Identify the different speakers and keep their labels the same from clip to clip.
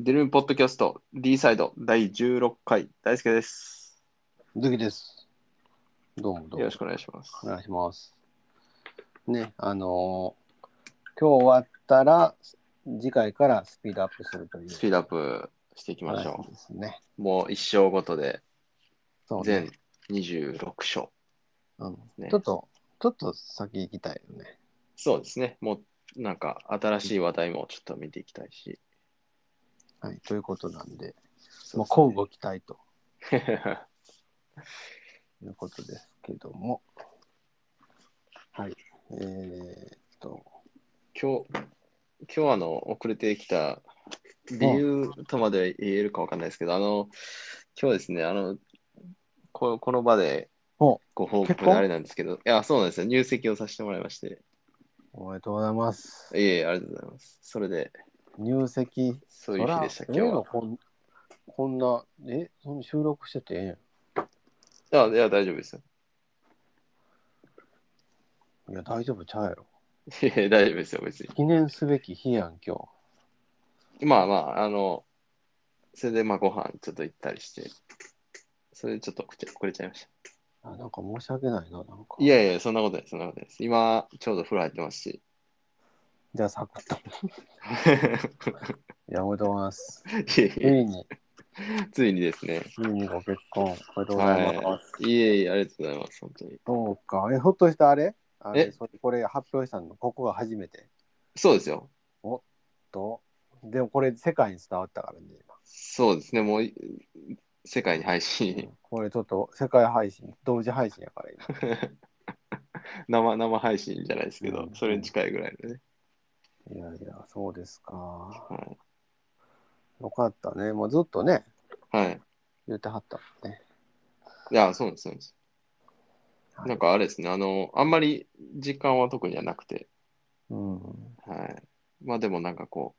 Speaker 1: デルムポッドキャスト D サイド第16回大輔です。
Speaker 2: ズキです。どうもど
Speaker 1: よ
Speaker 2: うも
Speaker 1: ろし。くお願いします。
Speaker 2: お願いします。ね、あのー今日終わったら、次回からスピードアップするという
Speaker 1: スピードアップしていきまし
Speaker 2: 話
Speaker 1: ょ
Speaker 2: ですね。
Speaker 1: う。もう1章ごとで
Speaker 2: そうね
Speaker 1: 全26章。
Speaker 2: うん
Speaker 1: ね
Speaker 2: ちょっと、ちょっと先行きたいよね。
Speaker 1: そうですね。もうなんか新しい話題もちょっと見ていきたい し。
Speaker 2: はい、ということなんで、
Speaker 1: そ
Speaker 2: まあ、
Speaker 1: う
Speaker 2: 交互期待と
Speaker 1: ですね
Speaker 2: いうことですけども。はい。えーっと、
Speaker 1: 今日、今日あの遅れてきた理由とまでは言えるかわかんないですけど、あの、今日ですね、あの、ここの場で
Speaker 2: お
Speaker 1: ご報
Speaker 2: 結
Speaker 1: 告で
Speaker 2: 婚
Speaker 1: あれなんですけど、いや、そうなんですよ。入籍をさせてもらいまして。
Speaker 2: おめでとうございます。
Speaker 1: いえいえ、ありがとうございます。それで、
Speaker 2: 入籍。
Speaker 1: そういう日でした、
Speaker 2: そ
Speaker 1: 今日
Speaker 2: らええの
Speaker 1: は。
Speaker 2: こんこんな、え、その収録しててええんや
Speaker 1: あいや、大丈夫ですよ。
Speaker 2: いや、大丈夫ちゃうやろ。
Speaker 1: いや大丈夫ですよ、別に。
Speaker 2: 記念すべき日やん、今日。
Speaker 1: まあまあ、あの、それで、まあ、ご飯ちょっと行ったりして、それでちょっと遅れ遅れちゃいました。
Speaker 2: あなんか申し訳ないな、なんか。
Speaker 1: いやいや、そんなことない、そんなことないです。今、ちょうど風呂入ってますし。
Speaker 2: じゃあ、サクッと。いや、おめでとうございます。
Speaker 1: いえい
Speaker 2: つ
Speaker 1: え
Speaker 2: いに、
Speaker 1: ついにですね。
Speaker 2: ついにご結婚、おめでとうございます。
Speaker 1: はい。いえいえ、ありがとうございます、本当に。
Speaker 2: そうか。え、ほっとしたあれあれ
Speaker 1: え
Speaker 2: それこれ発表したの、ここが初めて。
Speaker 1: そうですよ。
Speaker 2: と、でもこれ世界に伝わったからね、今。
Speaker 1: そうですね、もう、い世界に配信、
Speaker 2: これちょっと世界配信、同時配信やから今。
Speaker 1: 生、生配信じゃないですけど、
Speaker 2: うん
Speaker 1: それに近いぐらいのね。
Speaker 2: いやいや、そうですか。
Speaker 1: はい。
Speaker 2: よかったね。もうずっとね、
Speaker 1: はい。
Speaker 2: 言ってはったもんね。
Speaker 1: いや、そうなんです、そうなんです。
Speaker 2: はい
Speaker 1: なんかあれですね、あの、あんまり時間は特にはなくて、
Speaker 2: うん。
Speaker 1: はい。まあでもなんかこ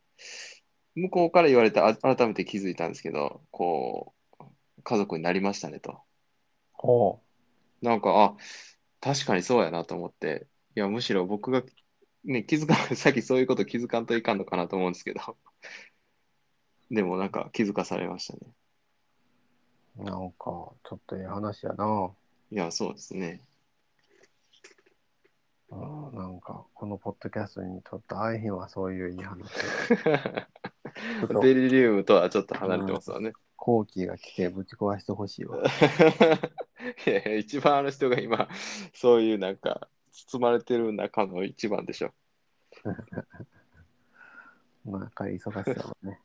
Speaker 1: う、向こうから言われて、あ改めて気づいたんですけど、こう、家族になりましたねと。
Speaker 2: ほ
Speaker 1: なんか、あ、確かにそうやなと思って、いや、むしろ僕が、ね、気づかない、さっきそういうこと気づかんといかんのかなと思うんですけど、でもなんか気づかされましたね。
Speaker 2: う。なんか、ちょっとええ話やな。
Speaker 1: いや、そうですね。
Speaker 2: うんなんかこのポッドキャストにとったあいひんはそういういい話っと
Speaker 1: デリリウムとはちょっと離れてますわね。
Speaker 2: 後期が来てぶち壊してほしい わ
Speaker 1: いやいや、一番あの人が今、そういうなんか、包まれてる中の一番でしょ。
Speaker 2: まあ彼忙しさ もね、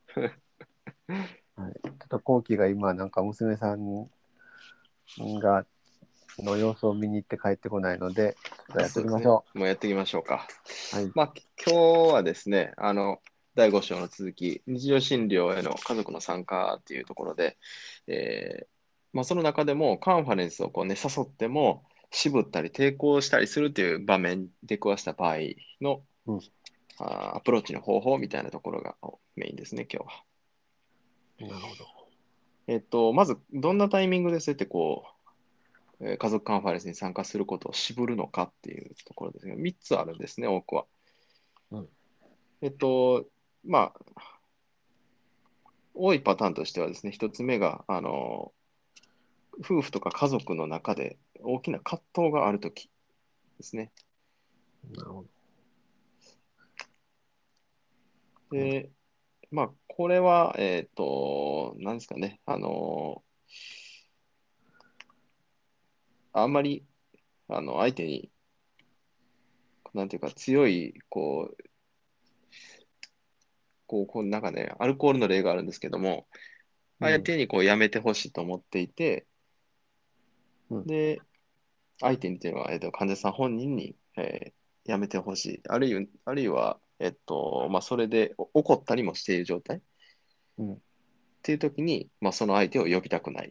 Speaker 2: はい、ちょっと後期が今なんか娘さんがの様子を見に行って帰ってこないのでちょっとやっていきましょ
Speaker 1: そうですねもうやっていきましょうか。
Speaker 2: うはい
Speaker 1: まあ、き今日はですね、あの、第5章の続き、日常診療への家族の参加っていうところで、えーまあ、その中でもカンファレンスをこう、ね、誘っても、渋ったり抵抗したりするっていう場面に出くわした場合の、
Speaker 2: うん
Speaker 1: あーアプローチの方法みたいなところがメインですね、今日は。
Speaker 2: なるほど
Speaker 1: えっと、まず、どんなタイミングでそうやってこう、えー家族カンファレンスに参加することを渋るのかっていうところですが、3つあるんですね、多くは。
Speaker 2: うん
Speaker 1: えっと、まあ、多いパターンとしてはですね、1つ目が、あの、夫婦とか家族の中で大きな葛藤があるときですね。
Speaker 2: なるほど
Speaker 1: で、まあ、これは、えっ、と、なんですかね、あのあんまり、あの、相手に、なんていうか、強い、こう、こう、こうなんかね、アルコールの例があるんですけども、
Speaker 2: うん
Speaker 1: 相手にこうやめてほしいと思っていて、
Speaker 2: うん
Speaker 1: で、相手にというのは、えっと、患者さん本人に、えーやめてほしい。あるいは、あるいは、えっと、まあ、それでお怒ったりもしている状態っ
Speaker 2: うん
Speaker 1: ていう時に、まあ、その相手を呼びたくないっ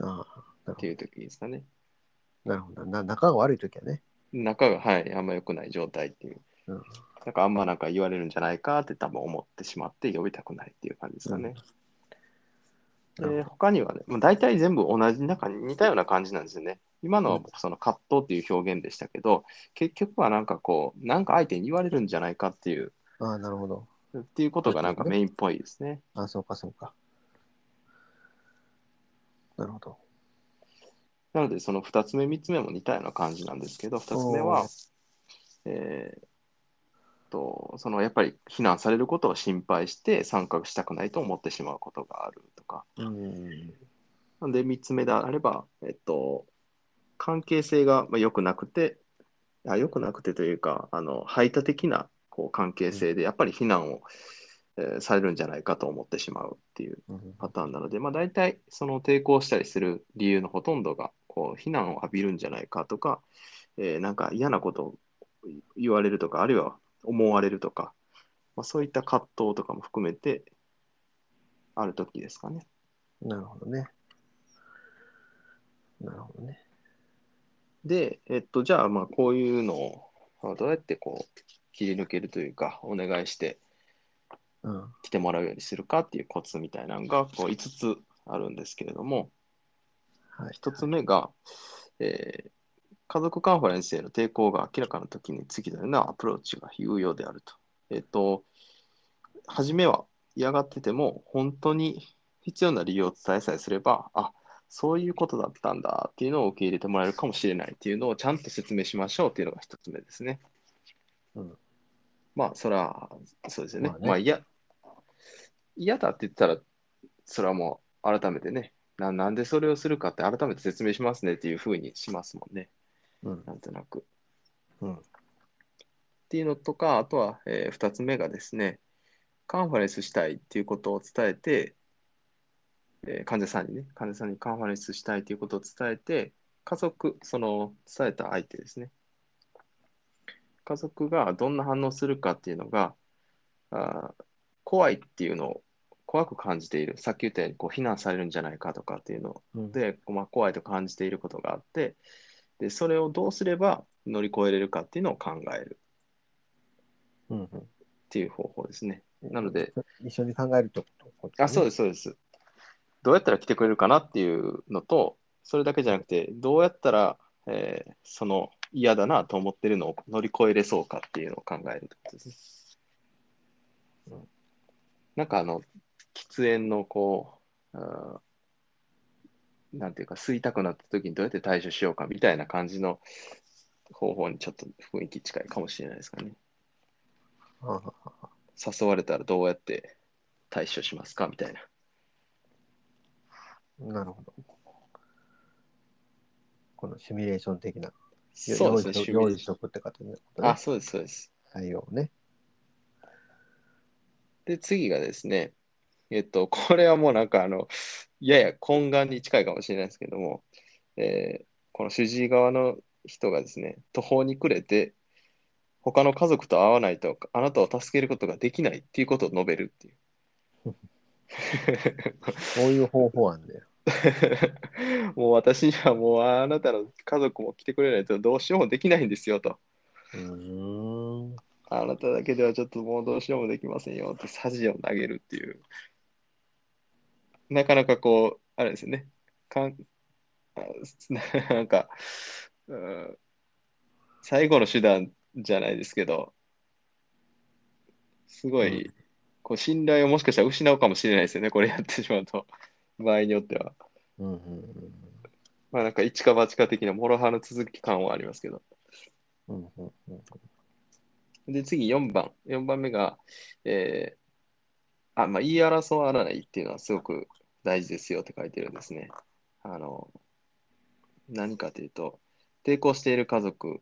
Speaker 2: ああな
Speaker 1: て
Speaker 2: る
Speaker 1: いう時ですかね。
Speaker 2: ほどなるほどな仲が悪い時はね
Speaker 1: 仲が、はい、あんま良くない状態っていう
Speaker 2: うん。
Speaker 1: だからあんまなんか言われるんじゃないかって多分思ってしまって呼びたくないっていう感じですかね。
Speaker 2: うん
Speaker 1: で他にはね、まあ、大体全部同じ、なんか似たような感じなんですよね。今のは僕その葛藤っていう表現でしたけど、結局はなんかこう、なんか相手に言われるんじゃないかっていう
Speaker 2: ああなるほど
Speaker 1: っていうことがなんかメインっぽいですね。
Speaker 2: あ、そうか、そうか。なるほど。
Speaker 1: なので、その2つ目、3つ目も似たような感じなんですけど、2つ目は、えーっと、そのやっぱり避難されることを心配して参画したくないと思ってしまうことがあるとか、
Speaker 2: うん。
Speaker 1: なんで3つ目であれば、えっと、関係性がまあ良くなくて、あ良くなくてというか、あの排他的なこう関係性で、やっぱり避難を、えーされるんじゃないかと思ってしまうっていう
Speaker 2: うん
Speaker 1: パターンなので、まあ、大体その抵抗したりする理由のほとんどがこう非難を浴びるんじゃないかとか、えーなんか嫌なことを言われるとかあるいは思われるとか、まあ、そういった葛藤とかも含めてある時ですかね。
Speaker 2: なるほどね。なるほどね。
Speaker 1: で、えっと、じゃあまあこういうのをまあどうやってこう切り抜けるというかお願いして
Speaker 2: うん。
Speaker 1: 来てもらうようにするかっていうコツみたいなのがこう5つあるんですけれども。
Speaker 2: はい。
Speaker 1: 一つ目が、えー家族カンファレンスへの抵抗が明らかな時に次のようなアプローチが有用であると。えっ、と、初めは嫌がってても、本当に必要な理由を伝えさえすれば、あそういうことだったんだっていうのを受け入れてもらえるかもしれないっていうのをちゃんと説明しましょうっていうのが一つ目ですね。
Speaker 2: うん
Speaker 1: まあ、それは、そうですよね。
Speaker 2: ま
Speaker 1: ま
Speaker 2: あ
Speaker 1: あ、
Speaker 2: ね
Speaker 1: 嫌、嫌だって言ったら、それはもう改めてね、ななんでそれをするかって改めて説明しますねっていうふうにしますもんね、
Speaker 2: うん。
Speaker 1: なんとなく。
Speaker 2: うん。
Speaker 1: っていうのとか、あとは、え2つ目がですね、カンファレンスしたいっていうことを伝えて、えー患者さんにね、患者さんにカンファレンスしたいということを伝えて、家族、その伝えた相手ですね。家族がどんな反応するかっていうのが、あー怖いっていうのを怖く感じている。さっき言ったようにこう非難されるんじゃないかとかっていうのを
Speaker 2: うん。
Speaker 1: で、まあ、怖いと感じていることがあってでそれをどうすれば乗り越えれるかっていうのを考える
Speaker 2: うん。
Speaker 1: っていう方法ですね。
Speaker 2: うん
Speaker 1: なので、
Speaker 2: 一緒に考えるってこと。
Speaker 1: あそうですすそうです。どうやったら来てくれるかなっていうのとそれだけじゃなくてどうやったら、えーその嫌だなと思ってるのを乗り越えれそうかっていうのを考えるってことですね。
Speaker 2: うん
Speaker 1: なんかあの喫煙のこうあーなんていうか吸いたくなった時にどうやって対処しようかみたいな感じの方法にちょっと雰囲気近いかもしれないですかね。
Speaker 2: ああ
Speaker 1: 誘われたらどうやって対処しますかみたいな。
Speaker 2: なるほど。このシミュレーション的な。
Speaker 1: そうですね
Speaker 2: 用意し
Speaker 1: 趣味
Speaker 2: と用意しとくってことね。
Speaker 1: あ、そうです、そうです。
Speaker 2: 対応ね。
Speaker 1: で、次がですね、えっと、 これはもうなんかあの、やや懇願に近いかもしれないですけども、えーこの主治医側の人がですね、途方に暮れて、他の家族と会わないと、あなたを助けることができないっていうことを述べるって いう。
Speaker 2: こういう方法案で。
Speaker 1: もう私にはもうあなたの家族も来てくれないとどうしようもできないんですよと。
Speaker 2: うーん。
Speaker 1: あなただけではちょっともうどうしようもできませんよって恥を投げるっていう。なかなかこう、あれですよね。かんあ すなんか、うん最後の手段じゃないですけど、すごい、
Speaker 2: う
Speaker 1: こう信頼をもしかしたら失うかもしれないですよね、これやってしまうと、場合によっては。
Speaker 2: うんうん
Speaker 1: まあなんか一か八か的な諸刃の続き感はありますけど。
Speaker 2: うんうんうんうん
Speaker 1: で、次4番。4番目が、えーあ、まあ、言い争わないっていうのはすごく大事ですよって書いてるんですね。あの、何かというと、抵抗している家族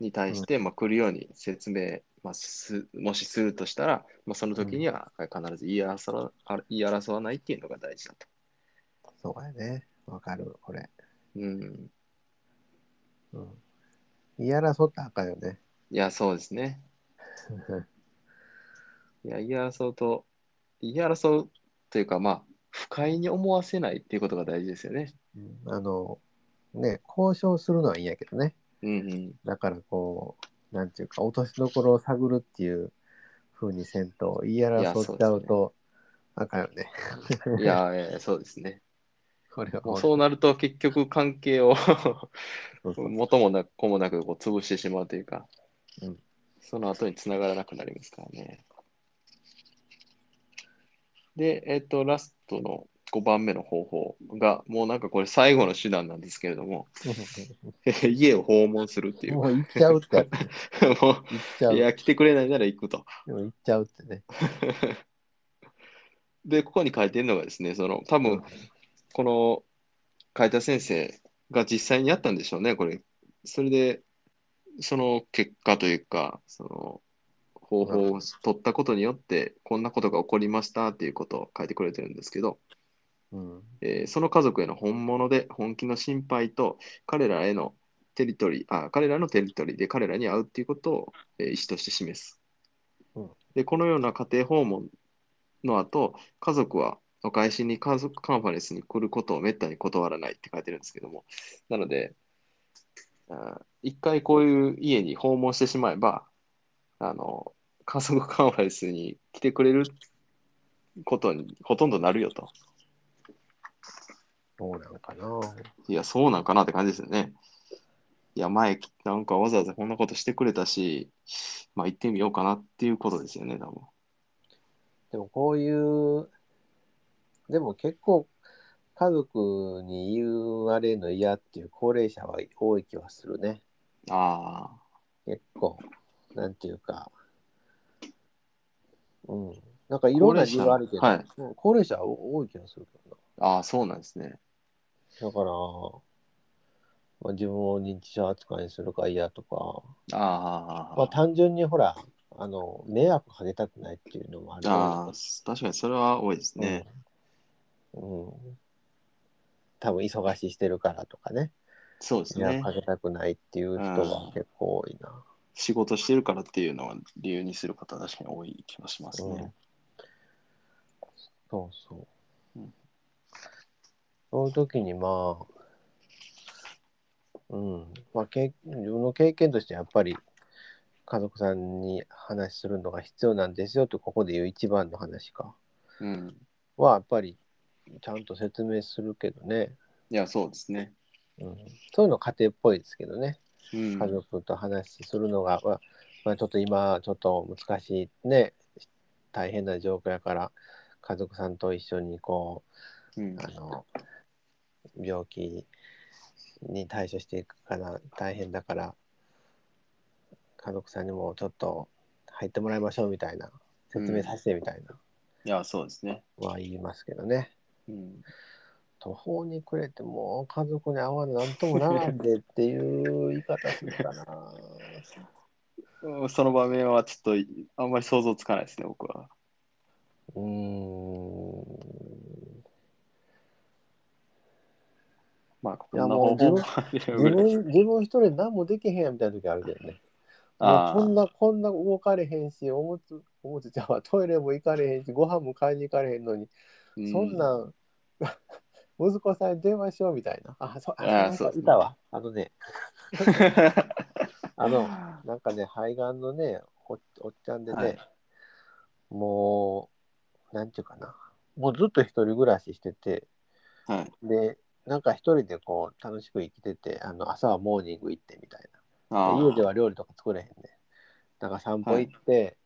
Speaker 1: に対して、まあ、来るように説明、まあ、すもしするとしたら、まあ、その時には必ず言い争わあ言い争わないっていうのが大事だと。
Speaker 2: そうやね。わかる、これ。
Speaker 1: うん。
Speaker 2: うん。言い争ったらあかんよね。
Speaker 1: いや、そうですね。いや、言い争うと、言い争うというか、まあ、不快に思わせないっていうことが大事ですよね。
Speaker 2: うんあの、ね、交渉するのはいいんやけどね。
Speaker 1: うんうん。
Speaker 2: だからこう、なんていうか、落としどころを探るっていう風にせんと、言い争っちゃうと、あかんよね。
Speaker 1: いや、えーそうですね。
Speaker 2: こ れは
Speaker 1: もうそうなると、結局、関係を
Speaker 2: そうそう
Speaker 1: 元もなく、子もなく、こう潰してしまうというか、
Speaker 2: うん
Speaker 1: その後につながらなくなりますからね。で、えっと、ラストの5番目の方法が、もうなんかこれ最後の手段なんですけれども、 家を訪問するっていう。
Speaker 2: も
Speaker 1: も
Speaker 2: う行っちゃうってや
Speaker 1: う、
Speaker 2: つ。行っちゃう。
Speaker 1: い
Speaker 2: で
Speaker 1: や、来てくれないなら行くと。
Speaker 2: も行っちゃうってね。
Speaker 1: で、ここに書いてるのがですね、その、多分、この海田先生が実際にやったんでしょうね、これ。それで、その結果というか、その方法を取ったことによって、こんなことが起こりましたっていうことを書いてくれてるんですけど、
Speaker 2: うん。
Speaker 1: えーその家族への本物で本気の心配と、彼らへのテリトリー、あ、彼らのテリトリーで彼らに会うっていうことを、えー意思として示す
Speaker 2: うん。
Speaker 1: で、このような家庭訪問の後、家族はお返しに家族カンファレンスに来ることをめったに断らないって書いてるんですけども、なので、あ一回こういう家に訪問してしまえば、あの、家族カンファレンスに来てくれることにほとんどなるよと。
Speaker 2: どうなんかな。
Speaker 1: いや、そうなんかなって感じですよね。いや、前、なんかわざわざこんなことしてくれたし、まあ行ってみようかなっていうことですよね、多分。
Speaker 2: でもこういう、でも結構家族に言われるの嫌っていう高齢者は多い気はするね。
Speaker 1: あ
Speaker 2: 結構、なんていうか。うん。なんかい
Speaker 1: あ。
Speaker 2: ろんな理由はあるけど、
Speaker 1: はい。
Speaker 2: うん高齢者は多い気がするけどな。
Speaker 1: ああ、そうなんですね。
Speaker 2: だから、まあ、自分を認知症扱いにするか嫌とか、
Speaker 1: あ
Speaker 2: まあ、
Speaker 1: あ。
Speaker 2: 単純にほらあの迷惑かけたくないっていうのもある
Speaker 1: ああ、確かにそれは多いですね。
Speaker 2: うんうん、多分忙しいしてるからとかね
Speaker 1: そうです
Speaker 2: 迷惑
Speaker 1: ね。
Speaker 2: かけたくないっていう人は結構多いな、
Speaker 1: 仕事してるからっていうのは理由にする方は確かに多い気がします
Speaker 2: うん
Speaker 1: ね。
Speaker 2: そうそう、
Speaker 1: うん
Speaker 2: そういう時にまあうんまあ、け自分の経験としてやっぱり家族さんに話するのが必要なんですよとここで言う一番の話か
Speaker 1: うん。
Speaker 2: はやっぱりちゃんと説明するけどね、
Speaker 1: いや、そうですね。
Speaker 2: うん、そういうの家庭っぽいですけどね
Speaker 1: うん。
Speaker 2: 家族と話するのが、まあまあ、ちょっと今ちょっと難しいね大変な状況やから家族さんと一緒にこ
Speaker 1: うん
Speaker 2: うあの病気に対処していくから大変だから家族さんにもちょっと入ってもらいましょうみたいな説明させてみたい
Speaker 1: いや、そうですね。
Speaker 2: なは言いますけどね、
Speaker 1: うん。
Speaker 2: 途方に暮れてもう家族に会わないなんともならんでっていう言い方するかな
Speaker 1: うんその場面はちょっとあんまり想像つかないですね、僕は。
Speaker 2: うーん
Speaker 1: まあ、こ
Speaker 2: いや
Speaker 1: んな
Speaker 2: も
Speaker 1: 方
Speaker 2: う自
Speaker 1: 法
Speaker 2: 分
Speaker 1: もあるぐ
Speaker 2: 自
Speaker 1: らい
Speaker 2: 分自分一人で何もできへんやみたいな時あるけどねも
Speaker 1: あ
Speaker 2: う
Speaker 1: あ
Speaker 2: こんなこんな動かれへんしおむつおむつちゃんは トイレも行かれへんしご飯も買いに行かれへんの
Speaker 1: う
Speaker 2: に、
Speaker 1: ん
Speaker 2: そ んなん 息子さんに電話しようみたいなあそ
Speaker 1: あ
Speaker 2: あ
Speaker 1: あ
Speaker 2: そ
Speaker 1: そううですね
Speaker 2: いたわあのねあのなんかね、肺がんのね、おおっちゃんでね、
Speaker 1: はい
Speaker 2: もう、なんていうかな、もうずっと一人暮らししてて、
Speaker 1: はい。
Speaker 2: で、なんか一人でこう、楽しく生きてて、あの朝はモーニング行ってみたい
Speaker 1: あ
Speaker 2: な。
Speaker 1: あ
Speaker 2: 家では料理とか作れへんね。なんか散歩行って、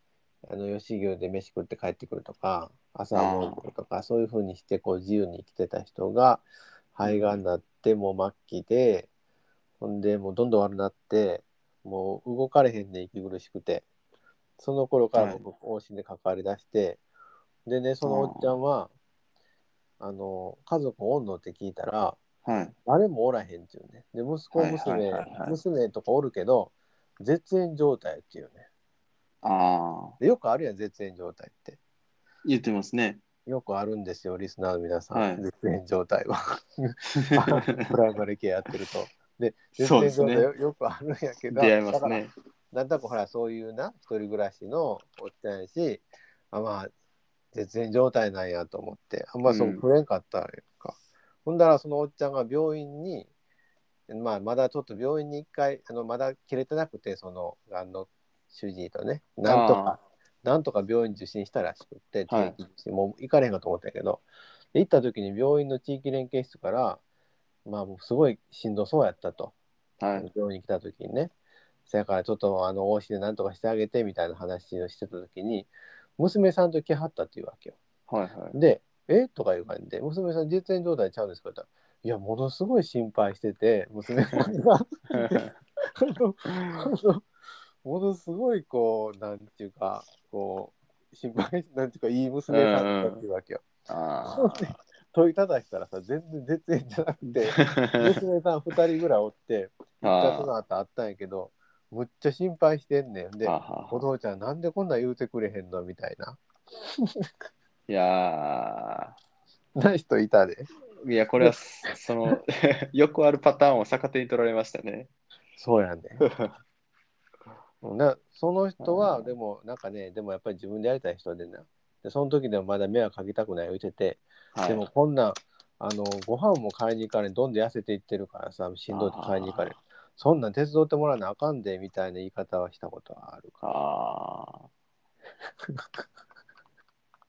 Speaker 2: あの吉牛で飯食って帰ってくるとか、朝はモーニングとか、そういうふうにしてこう自由に生きてた人が、肺がんになって、もう末期で、ほんでもうどんどん悪なって、もう動かれへんねん息苦しくて。その頃から僕、往診で関わり出して、でね、そのおっちゃんは、あの、家族おんのって聞いたら、
Speaker 1: はい。
Speaker 2: 誰もおらへんっていうね。で、息子、
Speaker 1: はいはい
Speaker 2: 娘
Speaker 1: はいは、い
Speaker 2: 娘とかおるけど、絶縁状態っていうね。
Speaker 1: ああ、
Speaker 2: でよくあるやん、絶縁状態って。
Speaker 1: 言ってますね。
Speaker 2: よくあるんですよ、リスナーの皆さん。
Speaker 1: はい
Speaker 2: 絶縁状態 は。プライマリケアやってると。で、絶
Speaker 1: そう
Speaker 2: 縁
Speaker 1: です
Speaker 2: 状
Speaker 1: ね
Speaker 2: 態よ,、くあるんやけど、
Speaker 1: 出会います
Speaker 2: だから
Speaker 1: ね。
Speaker 2: なんだかほらそういうな一人暮らしのおっちゃんやしあまあ絶縁状態なんやと思ってあんまそう
Speaker 1: うん
Speaker 2: 触れんかったんやんか、ほんだらそのおっちゃんが病院に、まあ、まだちょっと病院に一回あのまだ切れてなくてそのがんの主治医とねなんとかなんとか病院受診したらしくって、
Speaker 1: はい
Speaker 2: 地域受診もう行かれへんかと思ったんやけどで行った時に病院の地域連携室からまあもうすごいしんどそうやったと。
Speaker 1: はい。
Speaker 2: 病院に来た時にね、そやからちょっとあの往診で何とかしてあげてみたいな話をしてた時に、娘さんと来はったっていうわけよ。
Speaker 1: はいはい。
Speaker 2: で、えとかいう感じで、娘さん、実演状態ちゃうんですかって言ったらいや、ものすごい心配してて、娘さんが、 あのあのものすごい、こう、なんていうか、こう、心配、なんていうか、いい娘さんだったっていうわけよ。
Speaker 1: あ
Speaker 2: 問いただしたらさ、全然絶縁じゃなく て、
Speaker 1: ー
Speaker 2: 娘さん2人ぐらいおって、
Speaker 1: あー
Speaker 2: 2つの後あったんやけど、むっちゃ心配してんねん。で、
Speaker 1: あ
Speaker 2: お父ちゃん、なんでこんなん言うてくれへんのみたいな。
Speaker 1: いや
Speaker 2: な人いたで。
Speaker 1: ーいや、これは、その、 よくあるパターンを逆手に取られましたね。
Speaker 2: そうやね。 なその人
Speaker 1: う
Speaker 2: は
Speaker 1: ん
Speaker 2: でもなんかねでもやっぱり自分でやりたい人でなでその時でもまだ迷惑かけたくない言うてて、
Speaker 1: はい
Speaker 2: でもこんなんあのご飯も買いに行かれんどんどん痩せていってるからさしんどいと買いに行かれん
Speaker 1: あ
Speaker 2: そんなん手伝ってもらわなあかんでみたいな言い方はしたことはあるか
Speaker 1: ああ、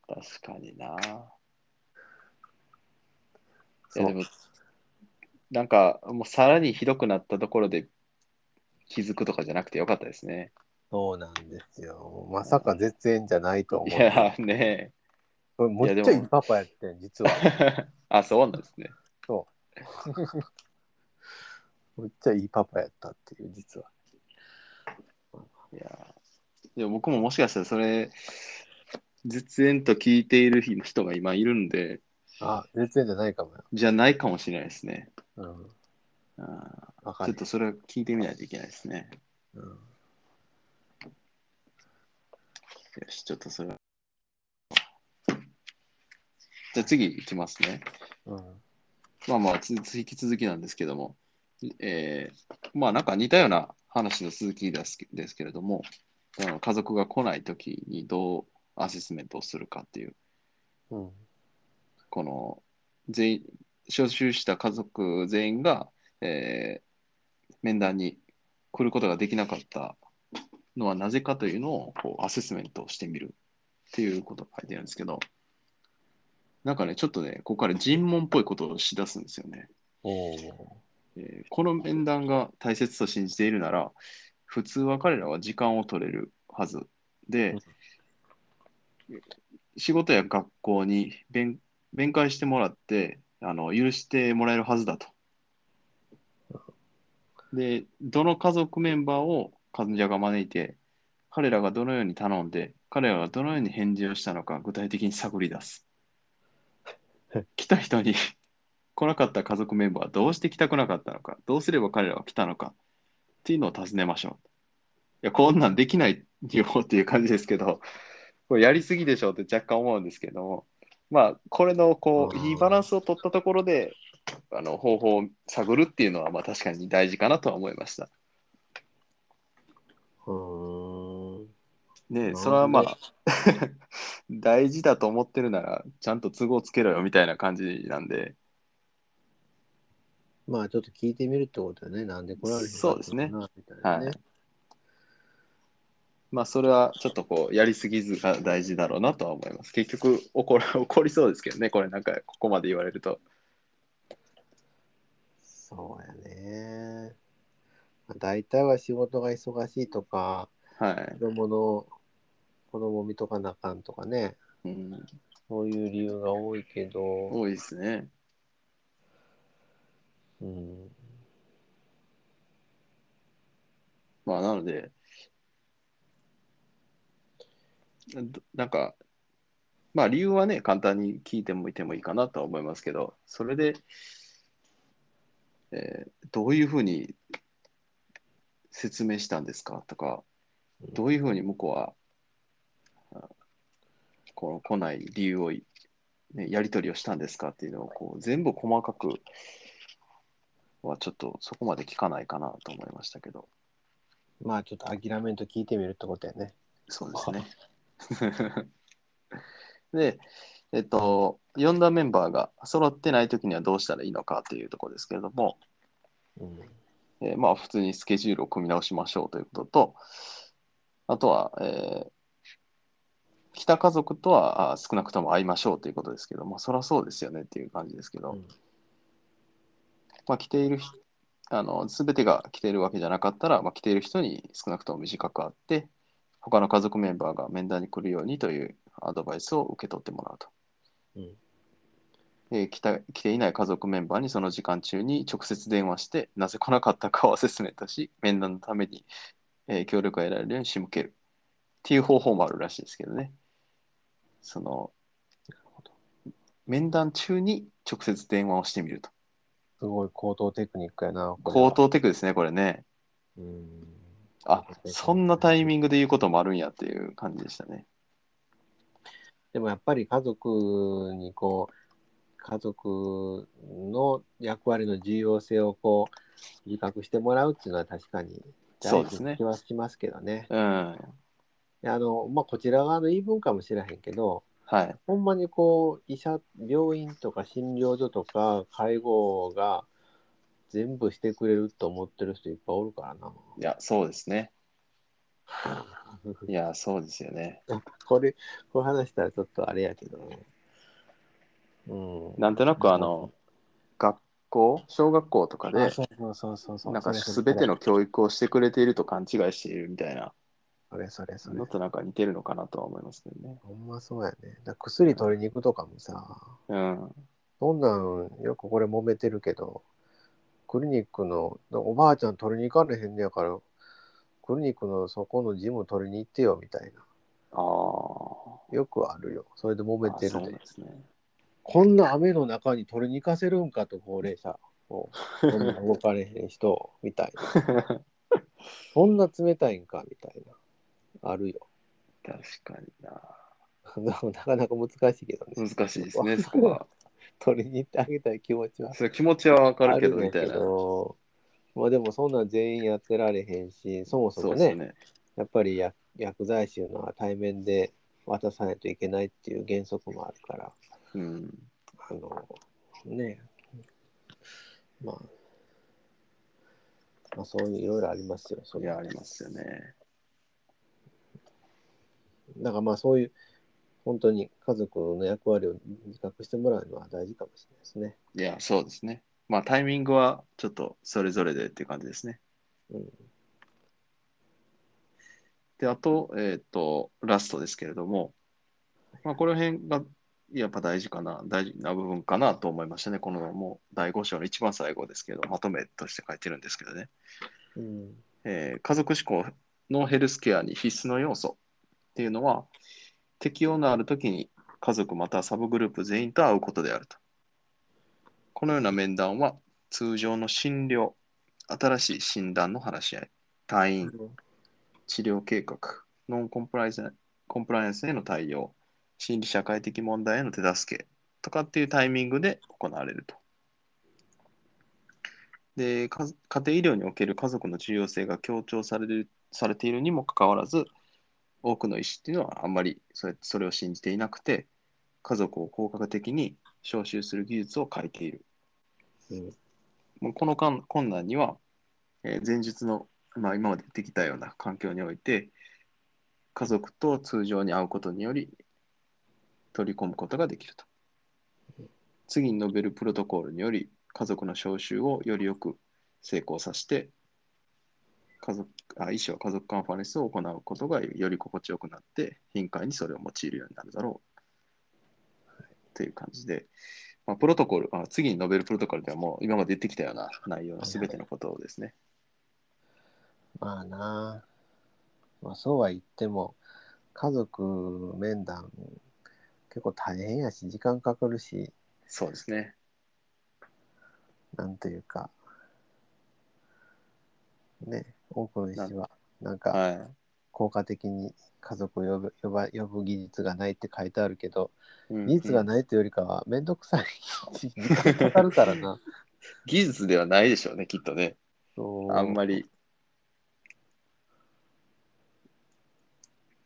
Speaker 1: 確かにな。い
Speaker 2: そ
Speaker 1: や
Speaker 2: う
Speaker 1: でも、なんか、もうさらにひどくなったところで気づくとかじゃなくてよかったですね。
Speaker 2: そうなんですよまさか絶縁じゃないと思
Speaker 1: いうや、ね
Speaker 2: これむっちゃいいパパやってん実は
Speaker 1: えあ、そうなんですね。
Speaker 2: むっちゃいいパパやったっていう実はい
Speaker 1: や、でも僕ももしかしたらそれ、絶縁と聞いている人が今いるんで、
Speaker 2: あ絶縁じゃないかもよ
Speaker 1: じゃないかもしれないですね。
Speaker 2: うん
Speaker 1: あー
Speaker 2: わか
Speaker 1: ちょ
Speaker 2: る
Speaker 1: っとそれは聞いてみないといけないですね。
Speaker 2: うん
Speaker 1: よし、ちょっとそれは。じゃあ次いきますね。
Speaker 2: うん
Speaker 1: まあまあ、つ引き続きなんですけども、えーまあなんか似たような話の続きですけですけれども、あの家族が来ないときにどうアセスメントをするかっていう、
Speaker 2: うん
Speaker 1: この全員、招集した家族全員が、えー面談に来ることができなかったのはなぜかというのをこうアセスメントをしてみるっていうことが書いてあるんですけど、なんかね、ちょっとね、ここから尋問っぽいことをしだすんですよね。
Speaker 2: おー
Speaker 1: えーこの面談が大切と信じているなら、普通は彼らは時間を取れるはずで、仕事や学校に弁弁解してもらってあの、許してもらえるはずだと。で、どの家族メンバーを患者が招いて、彼らがどのように頼んで、彼らがどのように返事をしたのか具体的に探り出 す。来た人に来なかった家族メンバーはどうして来たくなかったのか、どうすれば彼らは来たのかっていうのを尋ねましょう。いや、こんなんできないよっていう感じですけど、これやりすぎでしょって若干思うんですけども、まあ、これのこう
Speaker 2: うん
Speaker 1: いいバランスを取ったところで、あの方法を探るっていうのは、まあ、確かに大事かなとは思いました。
Speaker 2: うーん
Speaker 1: ねえ
Speaker 2: なるほどね
Speaker 1: それはまあ、 大事だと思ってるなら、ちゃんと都合つけろよみたいな感じなんで、
Speaker 2: まあちょっと聞いてみるってことだね。なんで来られる
Speaker 1: そうですね
Speaker 2: みたいなね。
Speaker 1: はいまあ、それはちょっとこう、やりすぎずが大事だろうなとは思います。結局怒る、 怒りそうですけどね、これなんか、ここまで言われると。
Speaker 2: そうやね。まあ、大体は仕事が忙しいとか、
Speaker 1: はい
Speaker 2: 子。供の子供見とかなあかんとかね。
Speaker 1: うん、
Speaker 2: そういう理由が多いけど、
Speaker 1: 多いですね。
Speaker 2: うん。
Speaker 1: まあ、なので、どなんか、まあ、理由はね、簡単に聞いてもいてもいいかなとは思いますけど、それで、えーどういうふうに説明したんですかとか、どういうふうに向こうは、あこの来ない理由を、ね、やり取りをしたんですかっていうのをこう全部細かくはちょっとそこまで聞かないかなと思いましたけど、
Speaker 2: まあちょっと諦めんと聞いてみるってことやね。
Speaker 1: そうですね。 で、えっと、呼んだメンバーが揃ってないときにはどうしたらいいのかというところですけれども、
Speaker 2: うん。
Speaker 1: えーまあ、普通にスケジュールを組み直しましょうということと、あとは、えー来た家族とはあー少なくとも会いましょうということですけど、まあ、そりゃそうですよねっていう感じですけど、
Speaker 2: うん
Speaker 1: まあ、来ている人あの、すべてが来ているわけじゃなかったら、まあ、来ている人に少なくとも短く会って、他の家族メンバーが面談に来るようにというアドバイスを受け取ってもらうと。
Speaker 2: うん
Speaker 1: えー来た来ていない家族メンバーにその時間中に直接電話して、なぜ来なかったかをアセスメントし、面談のために、えー協力が得られるように仕向けるっていう方法もあるらしいですけどね。その、面談中に直接電話をしてみると。
Speaker 2: すごい高等テクニックやな。これは
Speaker 1: 高。等テクですね、これね。
Speaker 2: うん。
Speaker 1: あ、そんなタイミングで言うこともあるんやっていう感じでしたね。
Speaker 2: でもやっぱり家族にこう、家族の役割の重要性をこう、自覚してもらうっていうのは確かに
Speaker 1: そうですね
Speaker 2: 大事な気はしますけどね。
Speaker 1: うん。
Speaker 2: であの、まあ、こちら側の言い分かもしれへんけど、
Speaker 1: はい。
Speaker 2: ほんまにこう、医者、病院とか診療所とか介護が全部してくれると思ってる人いっぱいおるからな。
Speaker 1: いや、そうですね。いや、そうですよね。
Speaker 2: これ、これ話したらちょっとあれやけどね。うん。
Speaker 1: なんとなくあの、学校、小学校とか
Speaker 2: あ
Speaker 1: で、
Speaker 2: そうそうそうそうそう。
Speaker 1: なんか
Speaker 2: それそ
Speaker 1: 全
Speaker 2: れ
Speaker 1: ての教育をしてくれていると勘違いしているみたいな
Speaker 2: それそれそれ
Speaker 1: の。となんか似てるのかなとは思いますけどね。
Speaker 2: ほんまそうやね。だから薬取りに行くとかもさ、
Speaker 1: うん。
Speaker 2: そんなんよくこれ揉めてるけど、クリニックの、おばあちゃん取りに行かれへんねやから、クリニックのそこのジム取りに行ってよみたいな。
Speaker 1: ああ。
Speaker 2: よくあるよ。それで揉めて
Speaker 1: そう
Speaker 2: る
Speaker 1: な
Speaker 2: で。
Speaker 1: んですね。
Speaker 2: こんな雨の中に取りに行かせるんかと、高 齢者を。そんな動かれへん人、みたいな。 そんな冷たいんか、みたいな。あるよ。
Speaker 1: 確かにな。
Speaker 2: なかなか難しいけどね。
Speaker 1: 難しいですね、そこ は。
Speaker 2: 取りに行ってあげたい気持ちは。
Speaker 1: それ気持ちはわかるけど
Speaker 2: あん
Speaker 1: み
Speaker 2: や
Speaker 1: たいな。
Speaker 2: どまあでもそんなん全員やってられへんし、そもそ
Speaker 1: そう
Speaker 2: も
Speaker 1: です
Speaker 2: ね、
Speaker 1: ね。
Speaker 2: やっぱり薬薬剤師いうのは対面で渡さないといけないっていう原則もあるから、
Speaker 1: うん。
Speaker 2: あの、ね、まあ、まあそういういろいろありますよ。そ
Speaker 1: い
Speaker 2: れ
Speaker 1: や、ありますよね。
Speaker 2: だからまあそういう、本当に家族の役割を自覚してもらうのは大事かもしれないですね。
Speaker 1: いや、そうですね。まあタイミングはちょっとそれぞれでっていう感じですね。
Speaker 2: うん
Speaker 1: で、あと、えっ、と、ラストですけれども、まあ、この辺がやっぱ大事かな、大事な部分かなと思いましたね。このもう第5章の一番最後ですけど、まとめとして書いてるんですけどね。
Speaker 2: うん。
Speaker 1: えー家族志向のヘルスケアに必須の要素っていうのは、適用のあるときに家族またはサブグループ全員と会うことであると。このような面談は、通常の診療、新しい診断の話し合い、退院、治療計画、ノンコンプライアンコンプライアンスへの対応、心理社会的問題への手助けとかっていうタイミングで行われると。で、か家庭医療における家族の重要性が強調されるされているにもかかわらず、多くの医師っていうのはあんまりそれそれを信じていなくて、家族を効果的に招集する技術を変えている。
Speaker 2: うん
Speaker 1: もうこの間困難には、えー前述の、まあ、今まで言ってきたような環境において家族と通常に会うことにより取り込むことができると次に述べるプロトコールにより家族の招集をよりよく成功させて家族あ医師は家族カンファレンスを行うことがより心地よくなって頻回にそれを用いるようになるだろうという感じで、まあ、プロトコル、あ次に述べるプロトコルではもう今まで言ってきたような内容のすべてのことをですね。
Speaker 2: まあなまあそうは言っても家族面談結構大変やし時間かかるし
Speaker 1: そうですね。
Speaker 2: なんというかね多くの医師はなんか
Speaker 1: は
Speaker 2: 効果的に家族を呼ぶ呼ば呼ぶ技術がないって書いてあるけど
Speaker 1: い。うん
Speaker 2: 技術が
Speaker 1: うん
Speaker 2: ないってよりかは面倒くさい時間かかるからな
Speaker 1: 技術ではないでしょうね、きっとね。
Speaker 2: そう
Speaker 1: あんまり。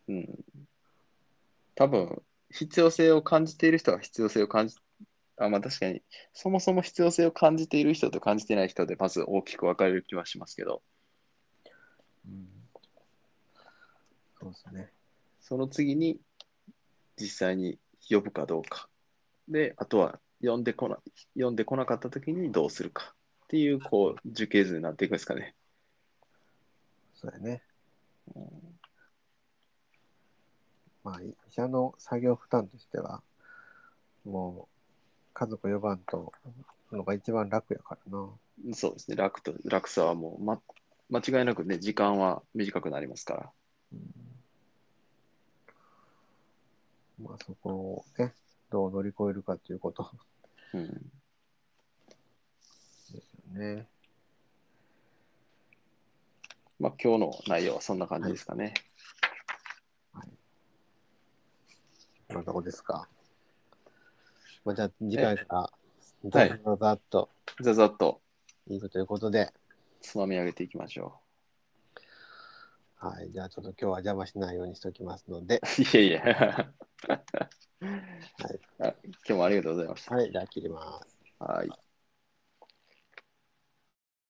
Speaker 1: うん。多分、必要性を感じている人は必要性を感じ、あ、まあ確かに、そもそも必要性を感じている人と感じてない人で、まず大きく分かれる気はしますけど、
Speaker 2: うんそうですね
Speaker 1: その次に実際に呼ぶかどうか。で、あとは呼んでこな呼んでこなかった時にどうするかっていう、こう、樹形図になっていくんですかね。
Speaker 2: そうやね。まあ、医者の作業負担としては、もう、家族4番と、のが一番楽やからな。
Speaker 1: そうですね、楽と、楽さはもう、ま、間違いなくね、時間は短くなりますから。
Speaker 2: まあそこをね、どう乗り越えるかということ
Speaker 1: うん。
Speaker 2: ですよね。
Speaker 1: まあ、今日の内容はそんな感じですかね。
Speaker 2: 今のとこですか。まあじゃあ次回から、ざっとざっと
Speaker 1: ざざっと
Speaker 2: いくということで、
Speaker 1: つまみ上げていきましょ
Speaker 2: はい、じゃあちょっと今日は邪魔しないようにしておきますので、
Speaker 1: う。 いやいや。
Speaker 2: はい、
Speaker 1: あ今日もありがとうございました。
Speaker 2: はい、じゃあ切ります。
Speaker 1: はい。